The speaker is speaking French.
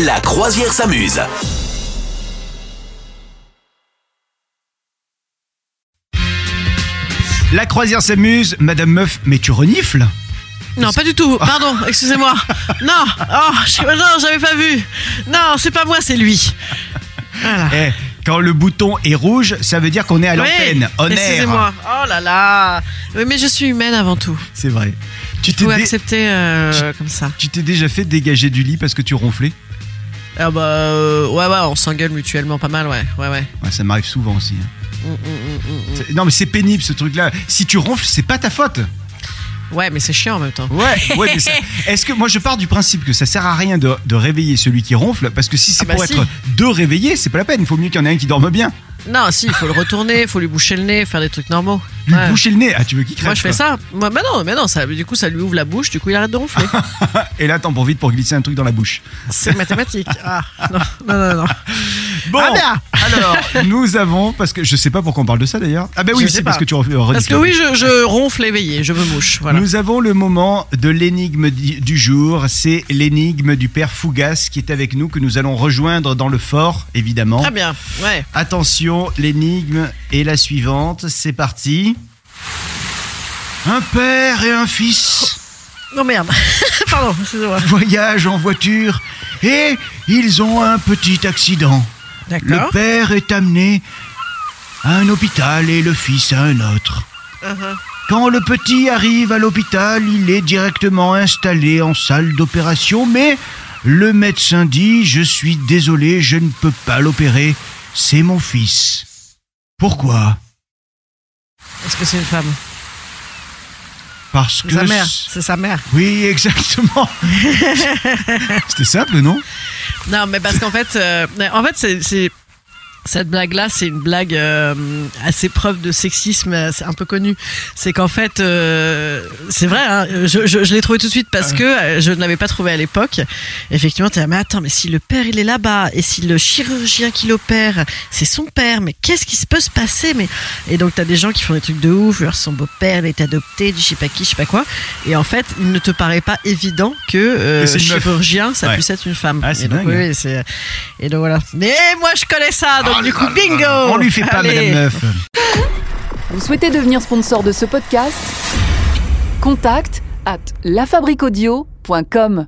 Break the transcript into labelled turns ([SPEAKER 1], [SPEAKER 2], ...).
[SPEAKER 1] La croisière s'amuse.
[SPEAKER 2] La croisière s'amuse, Madame Meuf, mais tu renifles
[SPEAKER 3] Non, pas du tout. Pardon, excusez-moi. Non, oh, je- non, j'avais pas vu. Non, c'est pas moi, c'est lui. Voilà.
[SPEAKER 2] Eh, quand le bouton est rouge, ça veut dire qu'on est à l'antenne,
[SPEAKER 3] Oui,
[SPEAKER 2] on air.
[SPEAKER 3] excusez-moi. Oh là là. Oui, mais je suis humaine avant tout.
[SPEAKER 2] C'est vrai. Tu t'es
[SPEAKER 3] Vous
[SPEAKER 2] dé-
[SPEAKER 3] accepter euh, comme ça.
[SPEAKER 2] tu t'es déjà fait dégager du lit parce que tu ronflais
[SPEAKER 3] Ah bah, euh, ouais, ouais, on s'engueule mutuellement pas mal, ouais, ouais, ouais.
[SPEAKER 2] Ouais, Ça m'arrive souvent aussi. hein.
[SPEAKER 3] Mm, mm, mm, mm,
[SPEAKER 2] C'est- Non mais c'est pénible ce truc-là. Si tu ronfles, c'est pas ta faute.
[SPEAKER 3] mm. Ouais, mais c'est chiant en même temps.
[SPEAKER 2] Ouais. ouais mais ça- Est-ce que moi je pars du principe que ça sert à rien de, de réveiller celui qui ronfle parce que si c'est
[SPEAKER 3] Ah bah
[SPEAKER 2] pour
[SPEAKER 3] si.
[SPEAKER 2] être deux réveillés, c'est pas la peine. Il faut mieux qu'il y en ait un qui dorme bien.
[SPEAKER 3] Non, si, il faut le retourner, il faut lui boucher le nez, faire des trucs normaux.
[SPEAKER 2] Lui
[SPEAKER 3] Ouais.
[SPEAKER 2] boucher le nez. Ah tu veux qu'il crève
[SPEAKER 3] Moi, je fais
[SPEAKER 2] quoi.
[SPEAKER 3] ça. Moi, bah non, mais non, ça, du coup, ça lui ouvre la bouche, du coup, il arrête de ronfler.
[SPEAKER 2] Et là t'en profites pour glisser un truc dans la bouche.
[SPEAKER 3] c'est mathématique. Ah, non, non, non, non.
[SPEAKER 2] Bon,
[SPEAKER 3] Ah bien.
[SPEAKER 2] alors nous avons parce que je sais pas pourquoi on parle de ça d'ailleurs. Ah ben oui,
[SPEAKER 3] Je
[SPEAKER 2] c'est
[SPEAKER 3] sais
[SPEAKER 2] parce
[SPEAKER 3] pas.
[SPEAKER 2] que tu refais.
[SPEAKER 3] Parce que oui, je, je ronfle éveillé, je me mouche. Voilà.
[SPEAKER 2] Nous avons le moment de l'énigme di- du jour. C'est l'énigme du père Fougas qui est avec nous que nous allons rejoindre dans le fort évidemment.
[SPEAKER 3] Très bien, ouais.
[SPEAKER 2] Attention, l'énigme est la suivante. C'est parti. Un père et un fils
[SPEAKER 3] Non Oh, merde. Pardon, excusez-moi.
[SPEAKER 2] voyagent en voiture et ils ont un petit accident. Le
[SPEAKER 3] D'accord.
[SPEAKER 2] père est amené à un hôpital et le fils à un autre.
[SPEAKER 3] Uh-huh.
[SPEAKER 2] Quand le petit arrive à l'hôpital, il est directement installé en salle d'opération, mais le médecin dit Je suis désolé, je ne peux pas l'opérer, c'est mon fils. Pourquoi
[SPEAKER 3] Est-ce que c'est une femme
[SPEAKER 2] Parce
[SPEAKER 3] C'est
[SPEAKER 2] que.
[SPEAKER 3] Sa mère.
[SPEAKER 2] c-
[SPEAKER 3] C'est sa mère.
[SPEAKER 2] Oui, exactement. C'était simple, non
[SPEAKER 3] Non, mais parce qu'en fait, euh, en fait, c'est- c'est cette blague-là, c'est une blague euh, assez preuve de sexisme, euh, c'est un peu connue. C'est qu'en fait, euh, c'est vrai, hein, je, je, je l'ai trouvé tout de suite parce que euh, je ne l'avais pas trouvé à l'époque. Effectivement, tu mais attends, mais si le père il est là-bas et si le chirurgien qui l'opère, c'est son père, mais qu'est-ce qui se peut se passer Mais et donc t'as des gens qui font des trucs de ouf, genre son beau-père il est adopté, de je sais pas qui, je sais pas quoi. Et en fait, il ne te paraît pas évident que euh,
[SPEAKER 2] Que c'est une meuf.
[SPEAKER 3] chirurgien, ça
[SPEAKER 2] Ouais.
[SPEAKER 3] puisse être une femme.
[SPEAKER 2] Ah, c'est
[SPEAKER 3] Et donc,
[SPEAKER 2] dingue.
[SPEAKER 3] oui, c'est- Et donc voilà. Mais moi je connais ça, donc
[SPEAKER 2] Oh
[SPEAKER 3] du
[SPEAKER 2] là
[SPEAKER 3] coup
[SPEAKER 2] là
[SPEAKER 3] bingo.
[SPEAKER 2] là. On lui fait pas,
[SPEAKER 3] Allez.
[SPEAKER 2] Madame Meuf.
[SPEAKER 4] Vous souhaitez devenir sponsor de ce podcast Contact à lafabriquaudio.com.